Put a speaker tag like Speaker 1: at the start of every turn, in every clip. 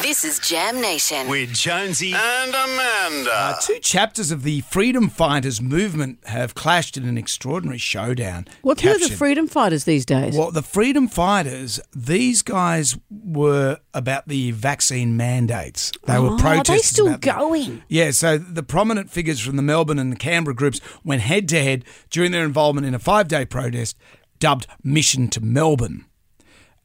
Speaker 1: This is Jam Nation.
Speaker 2: with Jonesy.
Speaker 3: and Amanda.
Speaker 4: Uh, Two chapters of the freedom fighters movement have clashed in an extraordinary showdown.
Speaker 5: What who are the
Speaker 4: captured-
Speaker 5: freedom fighters these days?
Speaker 4: Well, the freedom fighters, these guys were about the vaccine mandates. They were
Speaker 5: Oh, are
Speaker 4: protesting.
Speaker 5: they still going?
Speaker 4: Yeah, so the prominent figures from the Melbourne and the Canberra groups went head to head during their involvement in a five day protest dubbed Mission to Melbourne.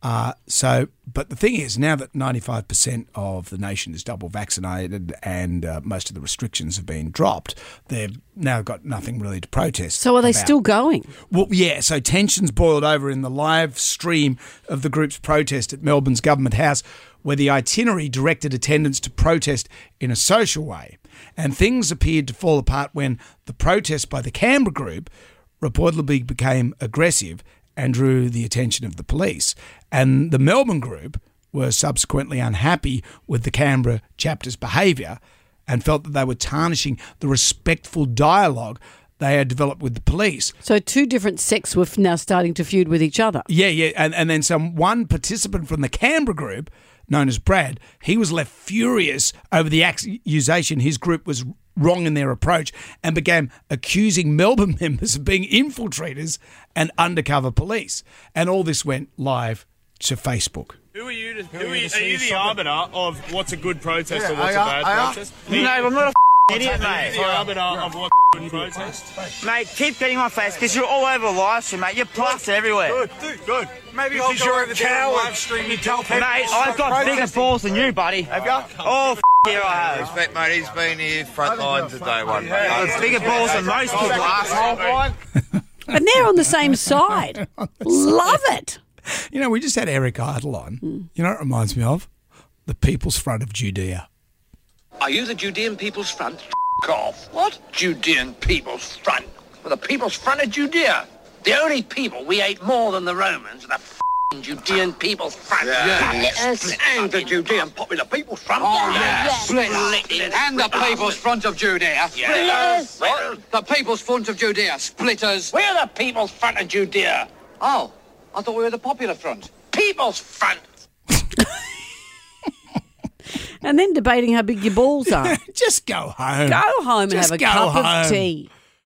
Speaker 4: Uh, so, but the thing is, now that 95% of the nation is double vaccinated and uh, most of the restrictions have been dropped, they've now got nothing really to protest.
Speaker 5: So are they
Speaker 4: about.
Speaker 5: still going?
Speaker 4: Well, yeah, so tensions boiled over in the live stream of the group's protest at Melbourne's Government House, where the itinerary directed attendants to protest in a social way. And things appeared to fall apart when the protest by the Canberra group reportedly became aggressive and drew the attention of the police. And the Melbourne group were subsequently unhappy with the Canberra chapter's behaviour and felt that they were tarnishing the respectful dialogue they had developed with the police.
Speaker 5: So two different sects were f- now starting to feud with each other.
Speaker 4: Yeah, yeah, and and then some one participant from the Canberra group, known as Brad, he was left furious over the accusation his group was wrong in their approach and began accusing Melbourne members of being infiltrators and undercover police. And all this went live to Facebook.
Speaker 6: Who are you to? Who are you, are you the arbiter of what's a good protest
Speaker 3: Yeah,
Speaker 6: or what's a
Speaker 3: I-
Speaker 6: bad
Speaker 3: I-
Speaker 6: protest? Mate,
Speaker 7: No, I'm not a f- idiot,
Speaker 6: Are you the
Speaker 7: mate.
Speaker 6: arbiter of what's a good protest?
Speaker 7: Mate, keep getting my face because you're all over live stream, mate. You're plastered everywhere.
Speaker 3: Good, good. Maybe I'll
Speaker 7: Because
Speaker 3: go
Speaker 7: you're a
Speaker 3: over there and
Speaker 7: coward.
Speaker 3: live stream. You tell people.
Speaker 7: Mate, I've got bigger balls than you, buddy. Have you? Oh, f- here I have.
Speaker 8: Mate, mate, he's been here front line today one.
Speaker 7: I've got bigger balls than most people. asshole.
Speaker 5: And they're on the same side. Love it.
Speaker 4: You know, we just had Eric Idle on.
Speaker 5: Hmm.
Speaker 4: You know, what it reminds me of the People's Front of Judea.
Speaker 9: Are you the Judean People's Front? F- off. What? Judean People's Front? Well, the People's Front of Judea. The only people we ate more than the Romans are the f***ing Judean People's Front. Yes. And the Judean Popular People's Front. Oh, yes. And the People's Front of Judea. Yes. What? The People's Front of Judea. Splitters. We're the People's Front of Judea. Oh, I thought we were the Popular Front. People's Front.
Speaker 5: And then debating how big your balls are.
Speaker 4: Just go home.
Speaker 5: Go home and
Speaker 4: Just
Speaker 5: have a
Speaker 4: go
Speaker 5: cup
Speaker 4: home.
Speaker 5: of tea.